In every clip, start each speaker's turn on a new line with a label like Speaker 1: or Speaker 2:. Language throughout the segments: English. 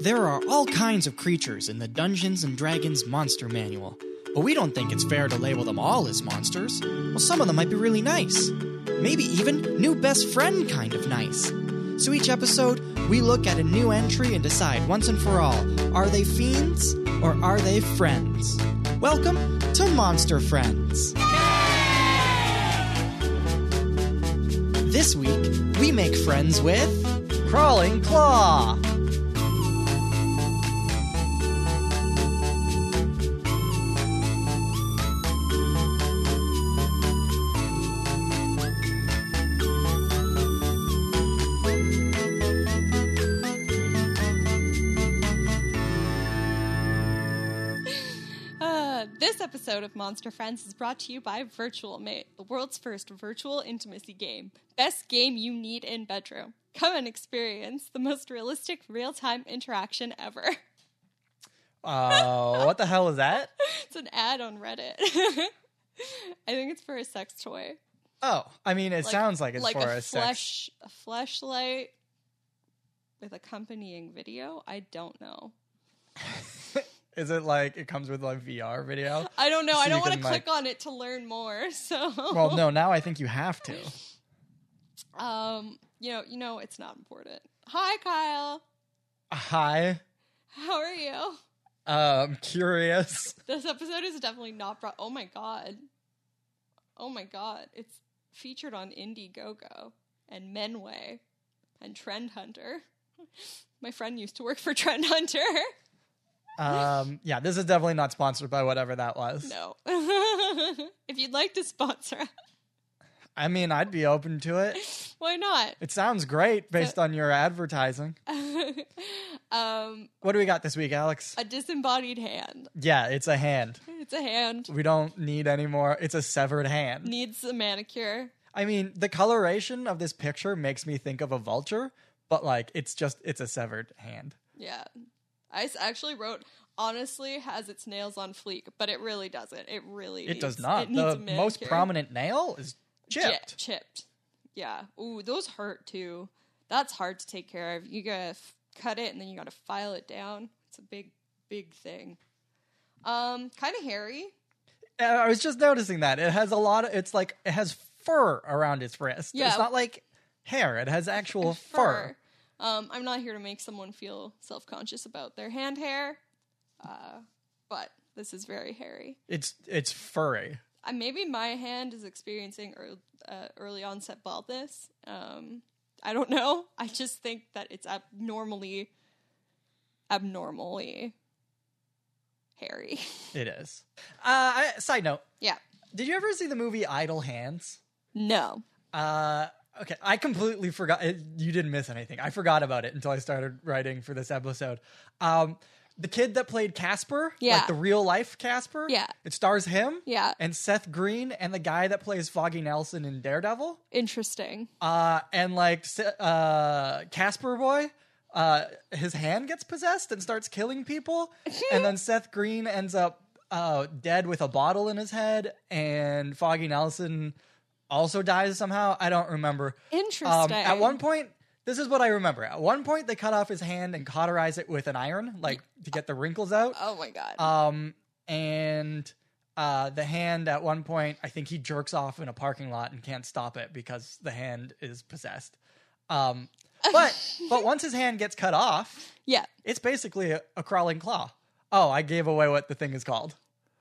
Speaker 1: There are all kinds of creatures in the Dungeons and Dragons Monster Manual, but we don't think it's fair to label them all as monsters. Well, some of them might be really nice. Maybe even new best friend kind of nice. So each episode, we look at a new entry and decide once and for all are they fiends or are they friends? Welcome to Monster Friends. This week, we make friends with Crawling Claw.
Speaker 2: Uh, this episode of Monster Friends is brought to you by Virtual Mate, the world's first virtual intimacy game. Best game you need in bedroom. Come and experience the most realistic real time interaction ever.
Speaker 3: Oh, what the hell is that?
Speaker 2: It's an ad on Reddit. I think it's for a sex toy.
Speaker 3: Oh, I mean, it
Speaker 2: Like-
Speaker 3: sounds like it's
Speaker 2: like
Speaker 3: for
Speaker 2: a,
Speaker 3: a, sex.
Speaker 2: flesh, a flashlight with accompanying video. I don't know.
Speaker 3: Is it like it comes with like VR video?
Speaker 2: I don't know.
Speaker 3: So
Speaker 2: I
Speaker 3: you
Speaker 2: don't want to
Speaker 3: can, like-
Speaker 2: click on it to learn more. So
Speaker 3: Well, no. Now I think you have to.
Speaker 2: Um, you know, you know, it's not important. Hi, Kyle.
Speaker 3: Hi,
Speaker 2: How are you?
Speaker 3: um, curious.
Speaker 2: This episode is definitely not brought. Oh my god. Oh my god. It's featured on Indiegogo and Menway and Trend Hunter. My friend used to work for Trend Hunter.
Speaker 3: Um, yeah, this is definitely not sponsored by whatever that was.
Speaker 2: No. if you'd like to sponsor, us,
Speaker 3: I mean, I'd be open to it.
Speaker 2: why not?
Speaker 3: It sounds great based on your advertising.
Speaker 2: um,
Speaker 3: What do we got this week, Alex?
Speaker 2: a disembodied hand.
Speaker 3: Yeah, it's a hand.
Speaker 2: It's a hand.
Speaker 3: We don't need any more. It's a severed hand.
Speaker 2: Needs a manicure.
Speaker 3: I mean, the coloration of this picture makes me think of a vulture, but like it's just it's a severed hand.
Speaker 2: Yeah. I s- actually wrote honestly has its nails on fleek, but it really doesn't. It really
Speaker 3: It does
Speaker 2: needs-
Speaker 3: not.
Speaker 2: It needs
Speaker 3: the
Speaker 2: a
Speaker 3: most
Speaker 2: manicure.
Speaker 3: prominent nail is
Speaker 2: Chi-
Speaker 3: chipped.
Speaker 2: chipped. Yeah. Ooh, those hurt too. That's hard to take care of. You gotta f- cut it and then you gotta file it down. It's a big, big thing. Um, kind of hairy.
Speaker 3: And I was just noticing that it has a lot of. It's like it has fur around its wrist.
Speaker 2: Yeah.
Speaker 3: It's not like hair. It has actual fur.
Speaker 2: fur. Um, I'm not here to make someone feel self conscious about their hand hair, uh, but this is very hairy.
Speaker 3: It's it's furry.
Speaker 2: uh, maybe my hand is experiencing ear uh, early onset baldness. Um, I don't know. I just think that it's abnormally, abnormally hairy.
Speaker 3: It is. Uh, I, side note:
Speaker 2: yeah.
Speaker 3: Did you ever see the movie Idle Hands?
Speaker 2: No.
Speaker 3: Uh, okay, I completely forgot. It, you didn't miss anything. I forgot about it until I started writing for this episode. Um, the kid that played Casper,
Speaker 2: Yeah.
Speaker 3: like the real life Casper,
Speaker 2: Yeah.
Speaker 3: it stars him,
Speaker 2: Yeah.
Speaker 3: and Seth Green, and the guy that plays Foggy Nelson in Daredevil,
Speaker 2: Interesting.
Speaker 3: uh, and like S- uh, Casper boy. Uh, his hand gets possessed and starts killing people, and then Seth Green ends up uh, dead with a bottle in his head, and Foggy Nelson also dies somehow. I don't remember.
Speaker 2: Interesting.
Speaker 3: Um, at one point, this is what I remember. At one point, they cut off his hand and cauterize it with an iron, like to get the wrinkles out.
Speaker 2: Oh my god.
Speaker 3: Um, and uh, the hand at one point, I think he jerks off in a parking lot and can't stop it because the hand is possessed. Um, but but once his hand gets cut off,
Speaker 2: yeah.
Speaker 3: it's basically a, a crawling claw. Oh, I gave away what the thing is called.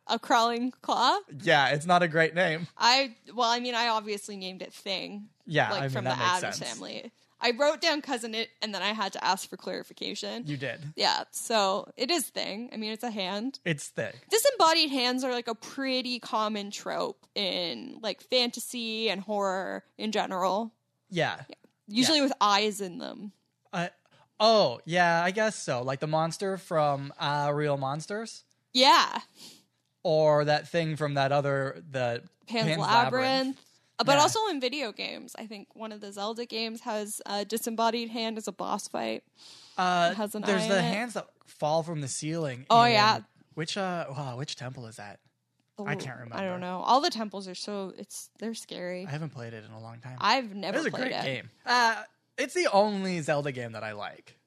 Speaker 2: A crawling claw.
Speaker 3: Yeah, it's not a great name.
Speaker 2: I well, I mean, I obviously named it thing.
Speaker 3: Yeah,
Speaker 2: like
Speaker 3: I mean,
Speaker 2: from
Speaker 3: that
Speaker 2: the
Speaker 3: makes
Speaker 2: Adams
Speaker 3: sense.
Speaker 2: family. I wrote down cousin it, and then I had to ask for clarification.
Speaker 3: You did.
Speaker 2: yeah, so it is thing. I mean, it's a hand.
Speaker 3: It's thick.
Speaker 2: disembodied hands are like a pretty common trope in like fantasy and horror in general
Speaker 3: Yeah.
Speaker 2: usually with eyes in them
Speaker 3: Uh, oh, yeah, I guess so. Like the monster from uh, Real Monsters,
Speaker 2: yeah
Speaker 3: or that thing from that other the
Speaker 2: pan's,
Speaker 3: Pan's
Speaker 2: labyrinth,
Speaker 3: Labyrinth.
Speaker 2: Uh, but
Speaker 3: Yeah.
Speaker 2: also in video games i think one of the zelda games has a disembodied hand as a boss fight
Speaker 3: Uh,
Speaker 2: It has an
Speaker 3: there's
Speaker 2: eye
Speaker 3: the
Speaker 2: in it.
Speaker 3: hands that fall from the ceiling.
Speaker 2: Oh,
Speaker 3: in-
Speaker 2: yeah.
Speaker 3: Which uh, wow, which temple is that? I can't
Speaker 2: i
Speaker 3: remember.
Speaker 2: don't know all the temples are so it's they're scary
Speaker 3: I haven't played it in a long time.
Speaker 2: i've never
Speaker 3: It is a
Speaker 2: played
Speaker 3: great
Speaker 2: it
Speaker 3: game. Uh, it's the only Zelda game that I like.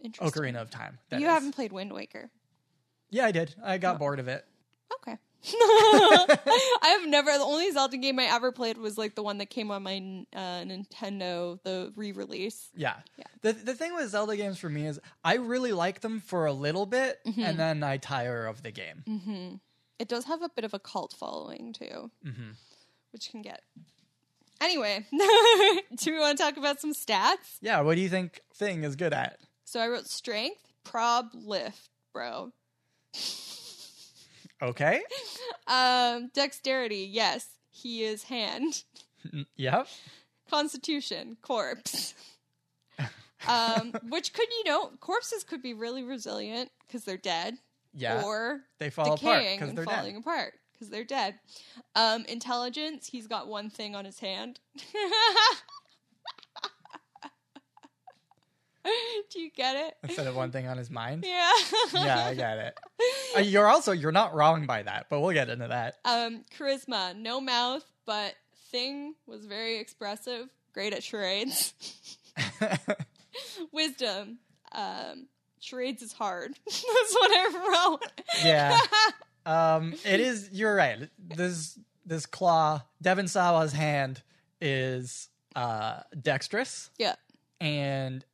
Speaker 2: Interesting.
Speaker 3: Ocarina of Time. that
Speaker 2: you
Speaker 3: is.
Speaker 2: haven't Oh. played Wind Waker.
Speaker 3: Yeah, I did. I got bored of it.
Speaker 2: Okay. I have never. The only Zelda game I ever played was like the one that came on my uh, Nintendo, the re-release.
Speaker 3: Yeah.
Speaker 2: Yeah.
Speaker 3: The the thing with Zelda games for me is I really like them for a little bit
Speaker 2: Mhm.
Speaker 3: and then I tire of the game.
Speaker 2: hmm It does have a bit of a cult following too,
Speaker 3: Mhm.
Speaker 2: which can get. Anyway, do we want to talk about some stats?
Speaker 3: Yeah, what do you think Thing is good at?
Speaker 2: So I wrote strength, prob, lift, bro.
Speaker 3: Okay.
Speaker 2: Um, dexterity, yes, he is hand.
Speaker 3: Mm, yep.
Speaker 2: Constitution, corpse. um, which could you know, corpses could be really resilient because they're dead,
Speaker 3: Yeah.
Speaker 2: or
Speaker 3: they fall apart
Speaker 2: decaying
Speaker 3: because
Speaker 2: and
Speaker 3: they're
Speaker 2: falling
Speaker 3: dead.
Speaker 2: apart because they're dead. Um, intelligence, he's got one thing on his hand. Do you get it?
Speaker 3: Instead of one thing on his mind.
Speaker 2: Yeah.
Speaker 3: yeah, I got it. Uh, You're also you're not wrong by that, but we'll get into that.
Speaker 2: Um, charisma, no mouth, but thing was very expressive, great at charades. Wisdom, um, charades is hard. That's what I wrote.
Speaker 3: yeah. Um it is you're right. This this claw, Devon Sawa's hand is uh dexterous.
Speaker 2: Yeah.
Speaker 3: And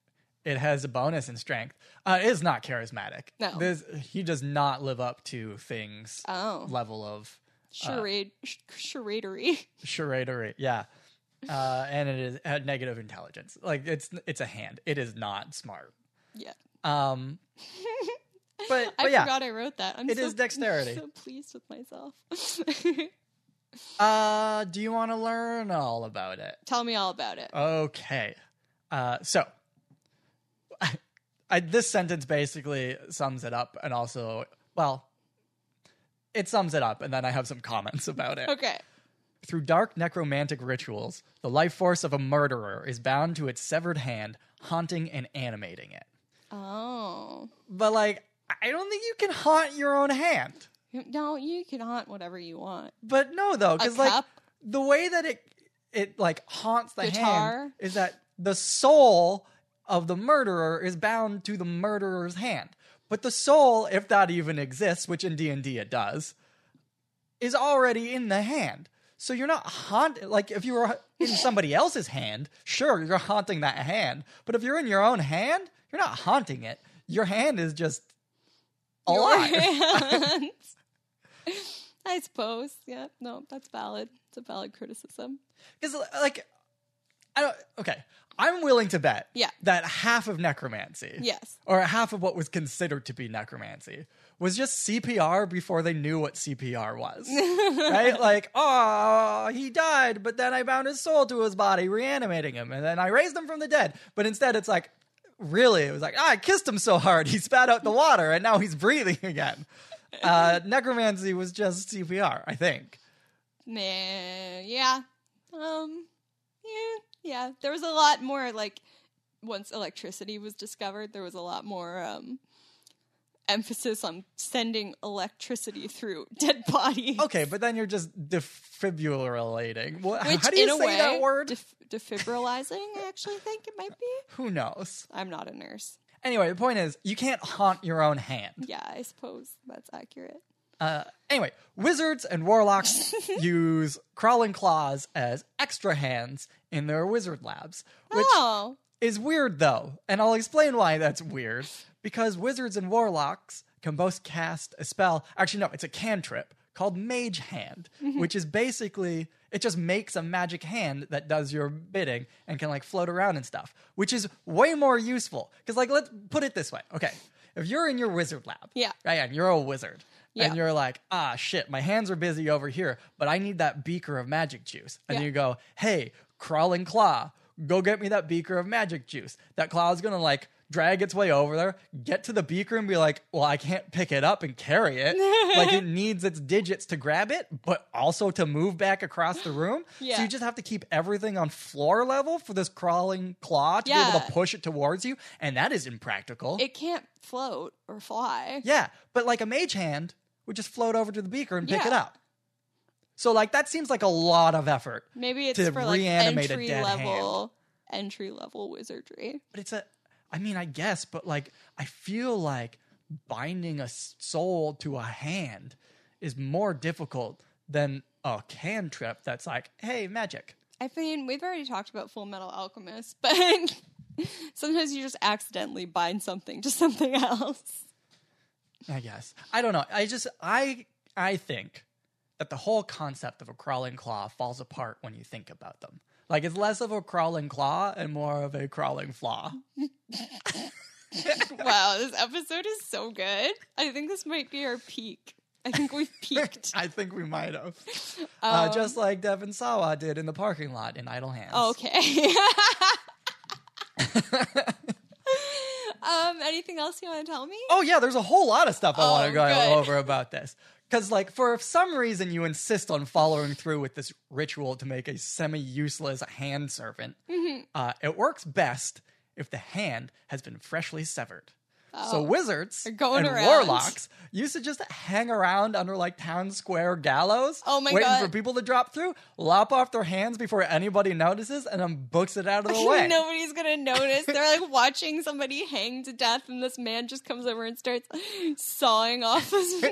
Speaker 3: it has a bonus in strength. Uh it is not charismatic.
Speaker 2: No.
Speaker 3: This, he does not live up to things
Speaker 2: Oh,
Speaker 3: level of
Speaker 2: charade, sh- charadery.
Speaker 3: charadery. Yeah. Uh, and it is had negative intelligence. Like it's it's a hand. It is not smart.
Speaker 2: Yeah.
Speaker 3: Um but,
Speaker 2: I
Speaker 3: but yeah.
Speaker 2: forgot I wrote that. I'm
Speaker 3: It
Speaker 2: so,
Speaker 3: is dexterity.
Speaker 2: I'm so pleased with myself.
Speaker 3: Uh, do you want to learn all about it?
Speaker 2: Tell me all about it.
Speaker 3: Okay. Uh, so I, this sentence basically sums it up, and also, well, it sums it up, and then I have some comments about it.
Speaker 2: Okay.
Speaker 3: Through dark necromantic rituals, the life force of a murderer is bound to its severed hand, haunting and animating it.
Speaker 2: Oh.
Speaker 3: But like, I don't think you can haunt your own hand.
Speaker 2: No, you can haunt whatever you want.
Speaker 3: But no, though,
Speaker 2: A
Speaker 3: because like
Speaker 2: cup?
Speaker 3: the way that it it like haunts the
Speaker 2: Guitar?
Speaker 3: hand is that the soul of the murderer is bound to the murderer's hand. But the soul, if that even exists, which in D and D it does, is already in the hand. So you're not haunted. Like if you were in somebody else's hand, sure you're haunting that hand. But if you're in your own hand, you're not haunting it. Your hand is just
Speaker 2: Your
Speaker 3: alive.
Speaker 2: hands. I suppose. Yeah. No, that's valid. It's a valid criticism.
Speaker 3: Because like, I don't. Okay, I'm willing to bet.
Speaker 2: Yeah.
Speaker 3: That half of necromancy,
Speaker 2: Yes.
Speaker 3: or half of what was considered to be necromancy, was just CPR before they knew what CPR was. right? Like, oh, he died, but then I bound his soul to his body, reanimating him, and then I raised him from the dead. But instead, it's like. Really, it was like "Ah, I kissed him so hard he spat out the water, and now he's breathing again. Uh, necromancy was just CPR, I think.
Speaker 2: Nah, yeah. Um, yeah, yeah. There was a lot more like once electricity was discovered, there was a lot more um emphasis on sending electricity through dead bodies.
Speaker 3: Okay, but then you're just defibrillating. What,
Speaker 2: Which,
Speaker 3: how do you
Speaker 2: in a
Speaker 3: say
Speaker 2: way,
Speaker 3: that word?
Speaker 2: def- defibrilizing, I actually think it might be.
Speaker 3: Who knows?
Speaker 2: I'm not a nurse.
Speaker 3: Anyway, the point is, you can't haunt your own hand.
Speaker 2: Yeah, I suppose that's accurate.
Speaker 3: Uh, anyway, wizards and warlocks use crawling claws as extra hands in their wizard labs, which
Speaker 2: oh,
Speaker 3: is weird though, and I'll explain why that's weird. Because wizards and warlocks can both cast a spell. Actually, no, it's a cantrip called Mage Hand, which is basically it just makes a magic hand that does your bidding and can like float around and stuff, which is way more useful. Because like, let's put it this way, okay? If you're in your wizard lab,
Speaker 2: Yeah.
Speaker 3: right, and you're a wizard.
Speaker 2: Yeah.
Speaker 3: And you're like, ah, shit, my hands are busy over here, but I need that beaker of magic juice. And
Speaker 2: Yeah.
Speaker 3: you go, hey, crawling claw, go get me that beaker of magic juice. That claw's gonna like drag its way over there, get to the beaker and be like, well, I can't pick it up and carry it. like it needs its digits to grab it, but also to move back across the room.
Speaker 2: Yeah.
Speaker 3: So you just have to keep everything on floor level for this crawling claw to be able
Speaker 2: Yeah.
Speaker 3: to push it towards you. And that is impractical.
Speaker 2: it can't float or fly.
Speaker 3: Yeah, but like a mage hand would just float over to the beaker and pick
Speaker 2: Yeah.
Speaker 3: it up. So like that seems like a lot of effort,
Speaker 2: Maybe it's
Speaker 3: to
Speaker 2: for like
Speaker 3: reanimate a
Speaker 2: entry
Speaker 3: dead
Speaker 2: level, entry level wizardry.
Speaker 3: but it's a I mean, I guess, but like, I feel like binding a s- soul to a hand is more difficult than a cantrip that's like, hey, magic.
Speaker 2: I mean, we've already talked about Full Metal Alchemist, but sometimes you just accidentally bind something to something else.
Speaker 3: I guess. I don't know. I just I I think that the whole concept of a crawling claw falls apart when you think about them. Like it's less of a crawling claw and more of a crawling flaw.
Speaker 2: wow, this episode is so good. I think this might be our peak. I think we've peaked.
Speaker 3: I think we might have. uh, just like Devin Sawa did in the parking lot in Idle Hands.
Speaker 2: oh, Okay. um, anything else you want to tell me?
Speaker 3: Oh yeah, there's a whole lot of stuff I want
Speaker 2: Oh,
Speaker 3: to go
Speaker 2: good.
Speaker 3: over about this. Cause like for some reason you insist on following through with this ritual to make a semi-useless hand servant.
Speaker 2: Mm-hmm.
Speaker 3: Uh, it works best if the hand has been freshly severed. So wizards
Speaker 2: Oh, They're going
Speaker 3: and
Speaker 2: around.
Speaker 3: warlocks used to just hang around under like town square gallows,
Speaker 2: Oh my
Speaker 3: waiting
Speaker 2: God.
Speaker 3: for people to drop through, lop off their hands before anybody notices, and then books it out of the way.
Speaker 2: Nobody's gonna notice. They're like watching somebody hang to death, and this man just comes over and starts sawing off his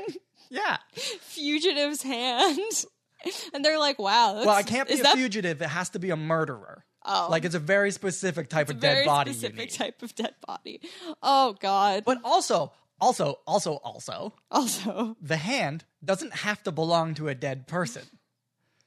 Speaker 3: Yeah.
Speaker 2: fugitive's hand. And they're like, "Wow, that's,
Speaker 3: Well, I can't be
Speaker 2: is
Speaker 3: a
Speaker 2: that
Speaker 3: fugitive. It has to be a murderer.
Speaker 2: Oh.
Speaker 3: Like it's a very specific type
Speaker 2: a
Speaker 3: of dead
Speaker 2: very
Speaker 3: body. you
Speaker 2: specific
Speaker 3: need.
Speaker 2: type of dead body?" Oh God!
Speaker 3: But also, also, also, also,
Speaker 2: also,
Speaker 3: the hand doesn't have to belong to a dead person.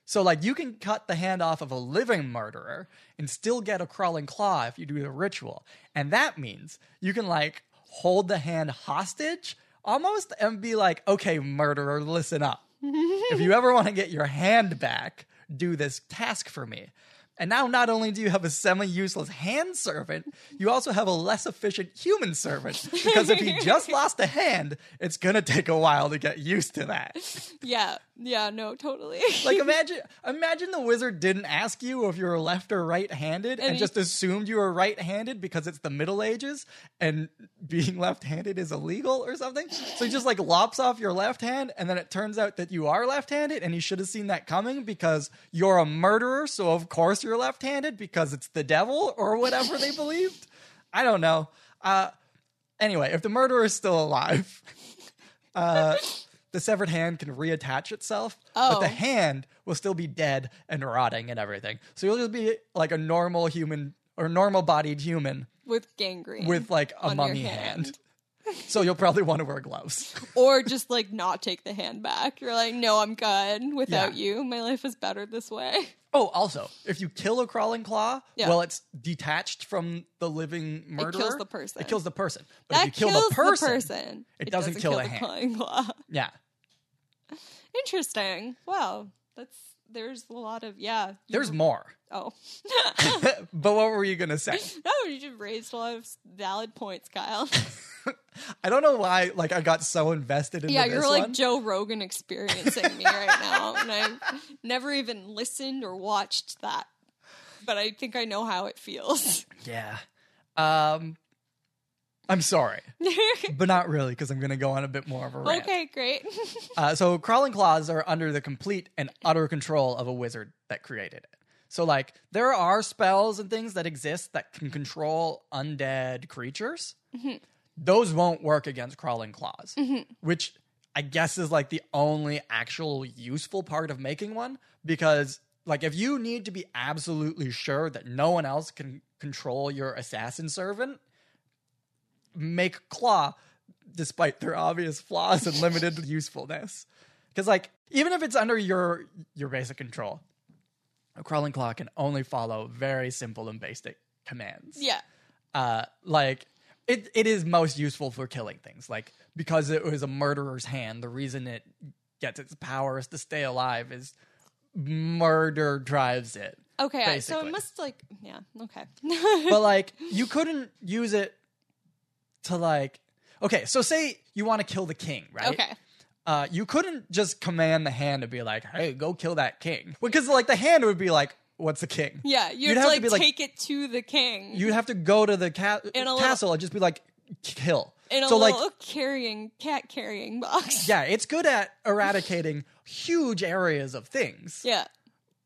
Speaker 3: So like you can cut the hand off of a living murderer and still get a crawling claw if you do the ritual. And that means you can like hold the hand hostage almost and be like, "Okay, murderer, listen up. if you ever want to get your hand back, do this task for me." And now not only do you have a semi-useless hand servant, you also have a less efficient human servant because if you just lost a hand, it's going to take a while to get used to that.
Speaker 2: yeah, yeah, no, totally.
Speaker 3: Like imagine imagine the wizard didn't ask you if you were left or right-handed and,
Speaker 2: he-
Speaker 3: just assumed you were right-handed because it's the Middle Ages and being left-handed is illegal or something. So he just like lops off your left hand and then it turns out that you are left-handed and he should have seen that coming because you're a murderer, so of course you're left-handed because it's the devil or whatever they believed. I don't know. Uh anyway, if the murderer is still alive, uh, the severed hand can reattach itself, but
Speaker 2: Oh.
Speaker 3: the hand will still be dead and rotting and everything. So you'll just be like a normal human or normal bodied human
Speaker 2: with gangrene,
Speaker 3: with like a
Speaker 2: On your
Speaker 3: mummy hand. So you'll probably want to wear gloves.
Speaker 2: or just like not take the hand back. You're like, "No, I'm good without
Speaker 3: Yeah.
Speaker 2: you. My life is better this way."
Speaker 3: Oh, also, if you kill a crawling claw,
Speaker 2: Yeah.
Speaker 3: well, it's detached from the living murderer.
Speaker 2: kills the person.
Speaker 3: It kills the person. But if
Speaker 2: that
Speaker 3: you kill
Speaker 2: kills
Speaker 3: the person,
Speaker 2: person.
Speaker 3: it doesn't kill the hand.
Speaker 2: clawing claw.
Speaker 3: yeah,
Speaker 2: Interesting. Wow, that's there's a lot of yeah. you-
Speaker 3: there's more.
Speaker 2: oh
Speaker 3: but what were you gonna say?
Speaker 2: no, you just raised a lot of s- valid points, Kyle.
Speaker 3: I don't know why. Like I got so invested in
Speaker 2: yeah,
Speaker 3: this
Speaker 2: you're like
Speaker 3: one.
Speaker 2: Joe Rogan experiencing me right now, and I never even listened or watched that, but I think I know how it feels.
Speaker 3: Yeah. Um I'm sorry,
Speaker 2: okay,
Speaker 3: but not really because I'm going to go on a bit more of a rant.
Speaker 2: great.
Speaker 3: Uh, so crawling claws are under the complete and utter control of a wizard that created it. So like there are spells and things that exist that can control undead creatures. Those won't work against crawling claws, which I guess is like the only actual useful part of making one because like if you need to be absolutely sure that no one else can control your assassin servant, make claw despite their obvious flaws and limited usefulness. Because like even if it's under your your basic control, a crawling claw can only follow very simple and basic commands.
Speaker 2: yeah,
Speaker 3: Uh, like it it is most useful for killing things. Like because it was a murderer's hand, the reason it gets its powers to stay alive is murder drives it.
Speaker 2: okay. I- So
Speaker 3: Basically.
Speaker 2: it must like yeah. Okay.
Speaker 3: but like you couldn't use it to like okay so say you want to kill the king right
Speaker 2: okay.
Speaker 3: uh you couldn't just command the hand to be like hey go kill that king because like the hand would be like what's a king
Speaker 2: Yeah, you'd,
Speaker 3: You'd have to
Speaker 2: like,
Speaker 3: be like-
Speaker 2: take it to the king.
Speaker 3: you'd have to go to the ca-
Speaker 2: In a
Speaker 3: castle
Speaker 2: little-
Speaker 3: and just be like kill
Speaker 2: in a
Speaker 3: so like
Speaker 2: little carrying cat carrying box.
Speaker 3: yeah it's good at eradicating huge areas of things
Speaker 2: Yeah.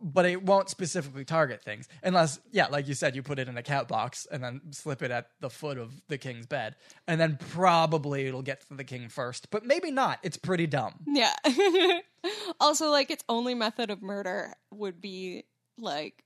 Speaker 3: but it won't specifically target things unless yeah like you said you put it in a cat box and then slip it at the foot of the king's bed and then probably it'll get to the king first but maybe not it's pretty dumb
Speaker 2: Yeah. also, like, its only method of murder would be like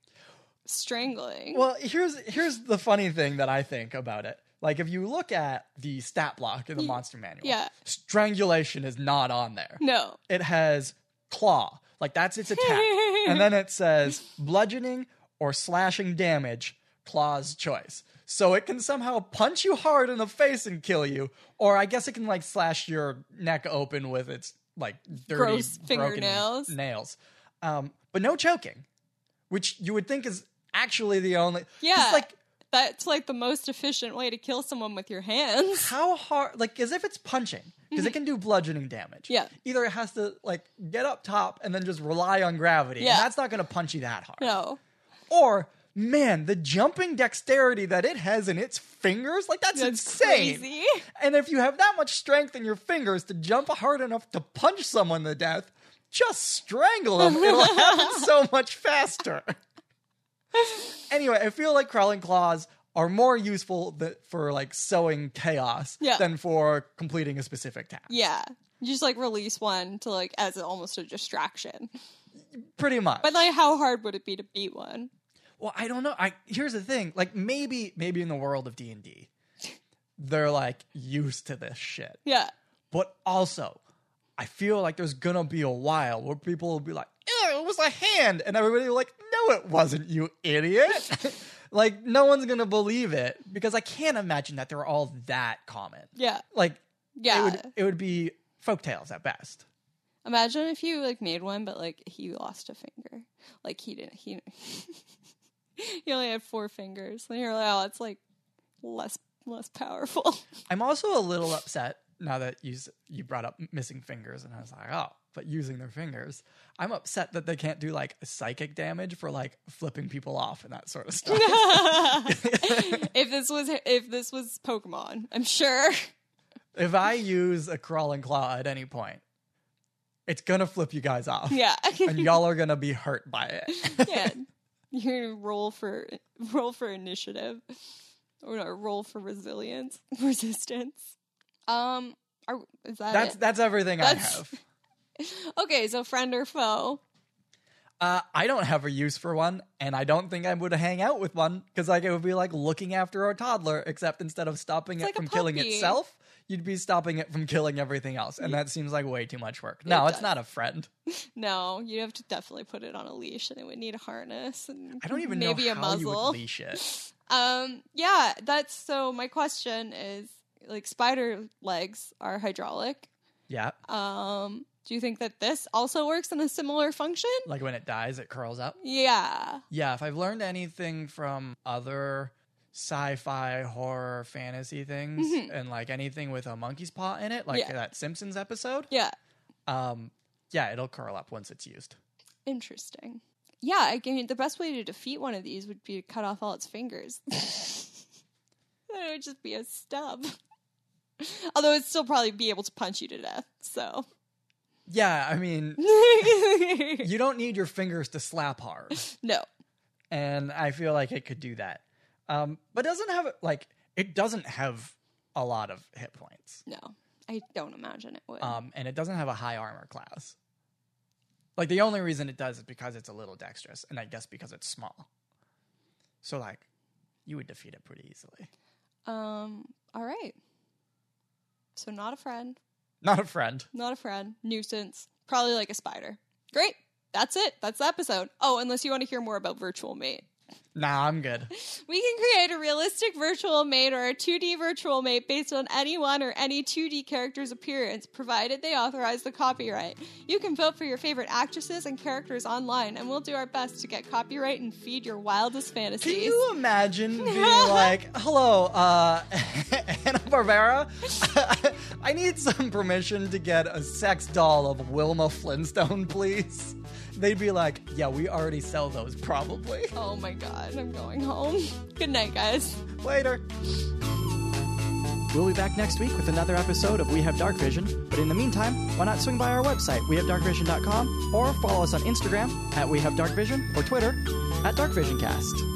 Speaker 2: strangling.
Speaker 3: well here's here's the funny thing that i think about it like if you look at the stat block in the monster manual
Speaker 2: yeah.
Speaker 3: strangulation is not on there
Speaker 2: no.
Speaker 3: it has claw like that's its attack and then it says bludgeoning or slashing damage claw's choice so it can somehow punch you hard in the face and kill you or i guess it can like slash your neck open with its like dirty
Speaker 2: Gross
Speaker 3: broken
Speaker 2: fingernails.
Speaker 3: nails um but no choking which you would think is actually the only 'cause,
Speaker 2: Yeah.
Speaker 3: like
Speaker 2: That's like the most efficient way to kill someone with your hands.
Speaker 3: how hard like as if it's punching because it can do bludgeoning damage
Speaker 2: Mm-hmm. Yeah.
Speaker 3: either it has to like get up top and then just rely on gravity and
Speaker 2: Yeah.
Speaker 3: that's not going to punch you that hard
Speaker 2: No.
Speaker 3: Or man, the jumping dexterity that it has in its fingers, like that's,
Speaker 2: That's
Speaker 3: insane.
Speaker 2: crazy.
Speaker 3: And if you have that much strength in your fingers to jump hard enough to punch someone to death, just strangle them. It'll happen so much faster. anyway, I feel like crawling claws are more useful th- for like sowing chaos
Speaker 2: Yeah.
Speaker 3: than for completing a specific task.
Speaker 2: Yeah. You just like release one to like as almost a distraction.
Speaker 3: Pretty much.
Speaker 2: But like how hard would it be to beat one?
Speaker 3: Well, I don't know. I here's the thing. Like maybe maybe in the world of D&D, they're like used to this shit.
Speaker 2: Yeah.
Speaker 3: But also, I feel like there's going to be a while where people will be like, "Ew, it was a hand." And everybody will be like, "No, it wasn't, you idiot." like no one's going to believe it because I can't imagine that they're all that common.
Speaker 2: Yeah.
Speaker 3: Like
Speaker 2: Yeah.
Speaker 3: it would it would be folktales at best.
Speaker 2: Imagine if you like made one, but like he lost a finger. Like he didn't. He he only had four fingers. And you're like, oh, it's like less less powerful.
Speaker 3: I'm also a little upset now that you s- you brought up missing fingers, and I was like, oh, but using their fingers, I'm upset that they can't do like psychic damage for like flipping people off and that sort of stuff.
Speaker 2: if this was if this was Pokemon, I'm sure.
Speaker 3: if I use a crawling claw at any point, it's gonna flip you guys off,
Speaker 2: Yeah.
Speaker 3: and y'all are gonna be hurt by it.
Speaker 2: yeah. You're gonna roll for roll for initiative, or no, roll for resilience, resistance. Um, are, is that
Speaker 3: that's
Speaker 2: it?
Speaker 3: that's everything
Speaker 2: That's-
Speaker 3: I have.
Speaker 2: okay? So friend or foe?
Speaker 3: Uh, I don't have a use for one, and I don't think I would hang out with one because like it would be like looking after our toddler, except instead of stopping
Speaker 2: It's
Speaker 3: it
Speaker 2: like a
Speaker 3: from killing
Speaker 2: puppy.
Speaker 3: itself, you'd be stopping it from killing everything else, and that seems like way too much work. No,
Speaker 2: It
Speaker 3: it's
Speaker 2: does.
Speaker 3: not a friend.
Speaker 2: No, you'd have to definitely put it on a leash, and it would need a harness. And
Speaker 3: I don't even
Speaker 2: maybe
Speaker 3: know
Speaker 2: a
Speaker 3: how you
Speaker 2: muzzle.
Speaker 3: would leash it.
Speaker 2: Um, yeah, that's so. My question is, like, spider legs are hydraulic.
Speaker 3: Yeah,
Speaker 2: Um, do you think that this also works in a similar function?
Speaker 3: like when it dies, it curls up.
Speaker 2: Yeah,
Speaker 3: Yeah, if I've learned anything from other sci-fi horror fantasy things
Speaker 2: Mhm.
Speaker 3: and like anything with a monkey's paw in it like
Speaker 2: Yeah.
Speaker 3: that simpsons episode
Speaker 2: yeah,
Speaker 3: um yeah it'll curl up once it's used
Speaker 2: interesting. Yeah, I mean, the best way to defeat one of these would be to cut off all its fingers. then it would just be a stub. Although it'd still probably be able to punch you to death. So.
Speaker 3: yeah i mean you don't need your fingers to slap hard
Speaker 2: no.
Speaker 3: and i feel like it could do that um but doesn't have like it doesn't have a lot of hit points
Speaker 2: No, I don't imagine it would.
Speaker 3: um and it doesn't have a high armor class like the only reason it does is because it's a little dexterous and i guess because it's small so like you would defeat it pretty easily
Speaker 2: um. All right. So not a friend.
Speaker 3: not a friend
Speaker 2: Not a friend. Nuisance. Probably like a spider. Great. That's it. That's the episode. Oh, unless you want to hear more about virtual mate.
Speaker 3: nah i'm good
Speaker 2: We can create a realistic virtual mate or a 2D virtual mate based on any one or any 2D character's appearance, provided they authorize the copyright. You can vote for your favorite actresses and characters online, and we'll do our best to get copyright and feed your wildest fantasies.
Speaker 3: Can you imagine being like, hello, uh, Anna Barbera? I need some permission to get a sex doll of Wilma Flintstone, please. They'd be like, yeah, we already sell those, probably.
Speaker 2: Oh my god, I'm going home. Good night, guys.
Speaker 3: Later. We'll be back next week with another episode of We Have Dark Vision, but in the meantime, why not swing by our website, wehavedarkvision.com, or follow us on Instagram at We Have Dark Vision or Twitter at DarkVisionCast.